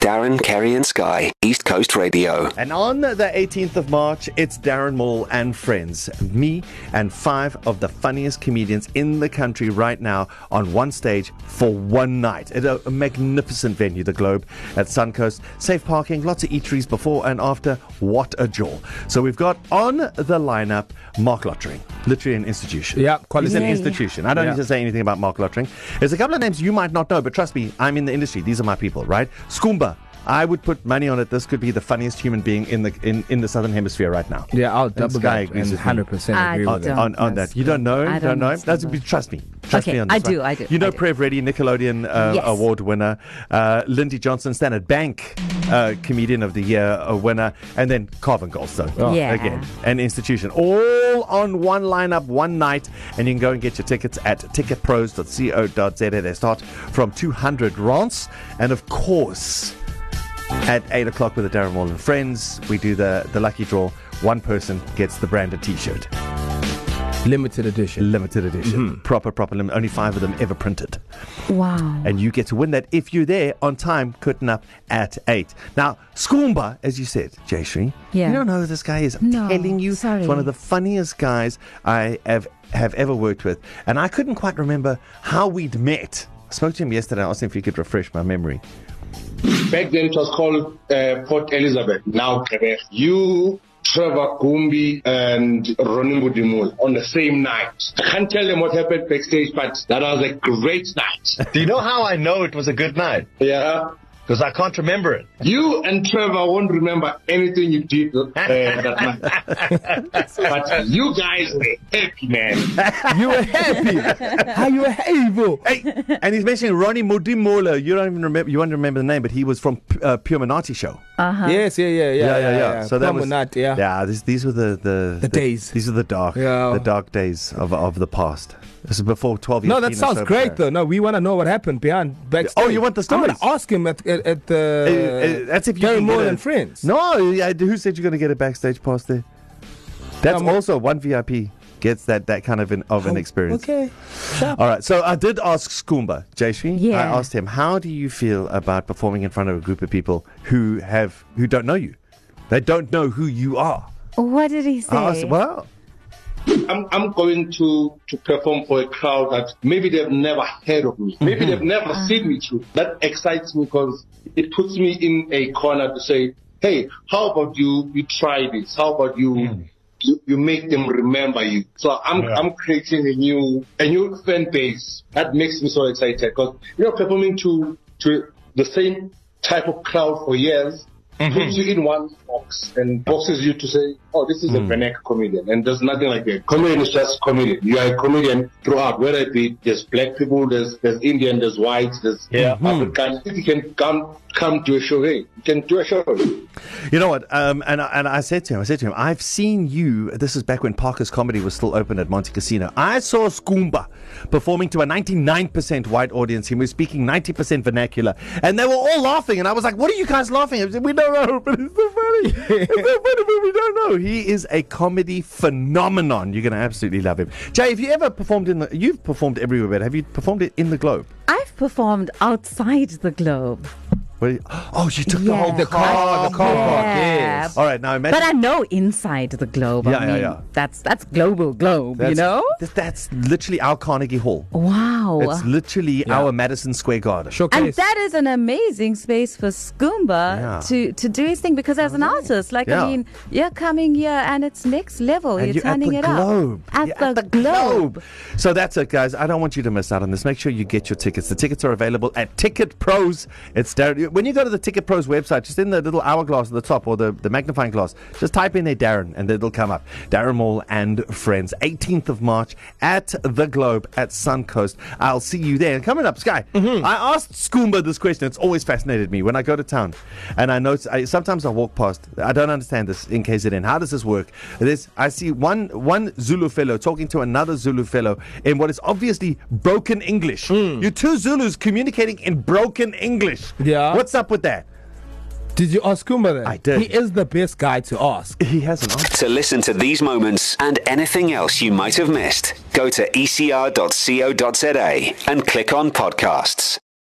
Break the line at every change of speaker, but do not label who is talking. Darren, Kerry, and Sky, East Coast Radio.
And on the 18th of March, it's Darren Mull and friends, me and five of the funniest comedians in the country right now on one stage for one night at a magnificent venue, the Globe at Suncoast. Safe parking, lots of eateries before and after. What a jaw! So we've got on the lineup Mark Lottering, literally an institution.
Yeah, quality.
He's an
Yeah, yeah.
institution. I don't
Yeah.
need to say anything about Mark Lottering. There's a couple of names you might not know, but trust me, I'm in the industry. These are my people, right? Skoomba. I would put money on it. This could be the funniest human being in the in, in the southern hemisphere right now.
Yeah, I'll
And Sky
double that
agrees
and
with me.
100%
I
agree with
on,
it.
don't.
on, on that. You don't know?
I
You
don't
don't know?
know
That's,
Skoomba.
trust me. Trust
Okay,
me on this
I do,
one.
I do,
You know
I do.
Prev Reddy, Nickelodeon uh,
Yes.
Award winner, uh, Lindy Johnson, Standard Bank uh, Comedian of the Year uh, winner, and then Carvin Goldstone.
Oh. Yeah.
Again, an institution. All on one lineup, one night, and you can go and get your tickets at ticketpros.co.za. They start from 200 rands, and of course, at 8 o'clock with the Darren Wall and Friends, we do the, the lucky draw. One person gets the branded t shirt
Limited edition.
limited edition.
Mm-hmm.
Proper, proper limit. Only five of them ever printed.
Wow.
And you get to win that if you're there on time, cutting up at eight. Now, Skoomba, as you said, Jayshree,
Yeah.
you don't know who this guy is. I'm
No,
telling you,
sorry.
he's one of the funniest guys I have, have ever worked with. And I couldn't quite remember how we'd met. I spoke to him yesterday. I asked him if he could refresh my memory.
Back then it was called uh, Port Elizabeth, now Quebec. You, Trevor Gumbi, and Ronin Budimul on the same night. I can't tell them what happened backstage, but that was a great night.
Do you know how I know it was a good night?
yeah.
Because I can't remember it.
You and Trevor won't remember anything you did uh, that night. but you guys were happy, man.
you were happy. How you were able.
Uh-huh.
Hey, and he's mentioning Ronnie Mudimola. You don't even remember. You won't remember the name, but he was from uh, Pure Minati show.
Yes, yeah, yeah, yeah, yeah, yeah.
So that was
Promenade, yeah.
Yeah, these, these were the the,
days.
These are the dark,
Yeah.
the dark days of of the past. This is before twelve.
No,
18
that
or
sounds
so.
great though. No, we want to know what happened behind backstage.
Oh, you want the
I'm gonna
stories?
ask him at at, at
Uh,
the.
uh, that's if you
Gary
can
Moore
get a-
and friends.
No, I- who said you're going to get a backstage pass there? That's
Um,
also one VIP gets that that kind of an of an experience.
Okay.
All right. So I did ask Skoomba, Jayshree.
Yeah.
I asked him, how do you feel about performing in front of a group of people who have who don't know you? They don't know who you are.
What did he say?
I asked, well,
I'm, I'm going to, to perform for a crowd that maybe they've never heard of me. Maybe they've never seen me through. That excites me because it puts me in a corner to say, hey, how about you, you try this? How about you, you, you make them remember you? So I'm, I'm creating a new, a new fan base. That makes me so excited because, you know, performing to, to the same type of crowd for years, puts you in one box and boxes you to say, oh, this is a Vanek comedian. And there's nothing like that. Comedian is just comedian. You are a comedian throughout, whether it be there's black people, there's, there's Indian, there's whites, there's African. If you can come, come to a show, hey, you can do a show.
You know what? Um, and I- and I said to him, I said to him, I've seen you. This is back when Parker's Comedy was still open at Monte Casino. I saw Skoomba performing to a 99% white audience. He was speaking 90% vernacular, and they were all laughing. And I was like, "What are you guys laughing?" at? We don't know, but it's so funny. it's so funny, but we don't know. He is a comedy phenomenon. You're going to absolutely love him. Jay, have you ever performed in the? You've performed everywhere, but have you performed it in the Globe?
I've performed outside the globe.
Where you- oh, you took the
Yeah.
whole
The
car- the car park, yes.
All right, now imagine.
But I know inside the globe.
Yeah,
I
yeah,
mean,
yeah.
That's that's global globe, you know? Oh.
th- that's literally our Carnegie Hall.
Wow.
It's literally our Madison Square Garden.
And
Showcase.
that is an amazing space for Skoomba
Yeah.
to, to do his thing because as an artist, like
Yeah.
I mean, you're coming here and it's next level.
And
you're turning
at
it
the globe.
up. At,
You're
the, globe.
So that's it, guys. I don't want you to miss out on this. Make sure you get your tickets. The tickets are available at Ticket Pros. It's Darren. When you go to the Ticket Pros website, just in the little hourglass at the top or the, the magnifying glass, just type in there Darren and it'll come up. Darren Mall and Friends, 18th of March at the Globe at Suncoast. I'll see you there. And coming up, Sky, I asked Skoomba this question. It's always fascinated me when I go to town and I notice. I, sometimes I walk past. I don't understand this in KZN. How does this work? There's, I see one one Zulu fellow talking to another Zulu fellow in what is obviously broken English. You two Zulus communicating in broken English.
Yeah.
What's up with that?
Did you ask Kumba that?
I did.
He is the best guy to ask.
He has an answer.
To listen to these moments and anything else E you might have missed, go to ecr.co.za and click on podcasts.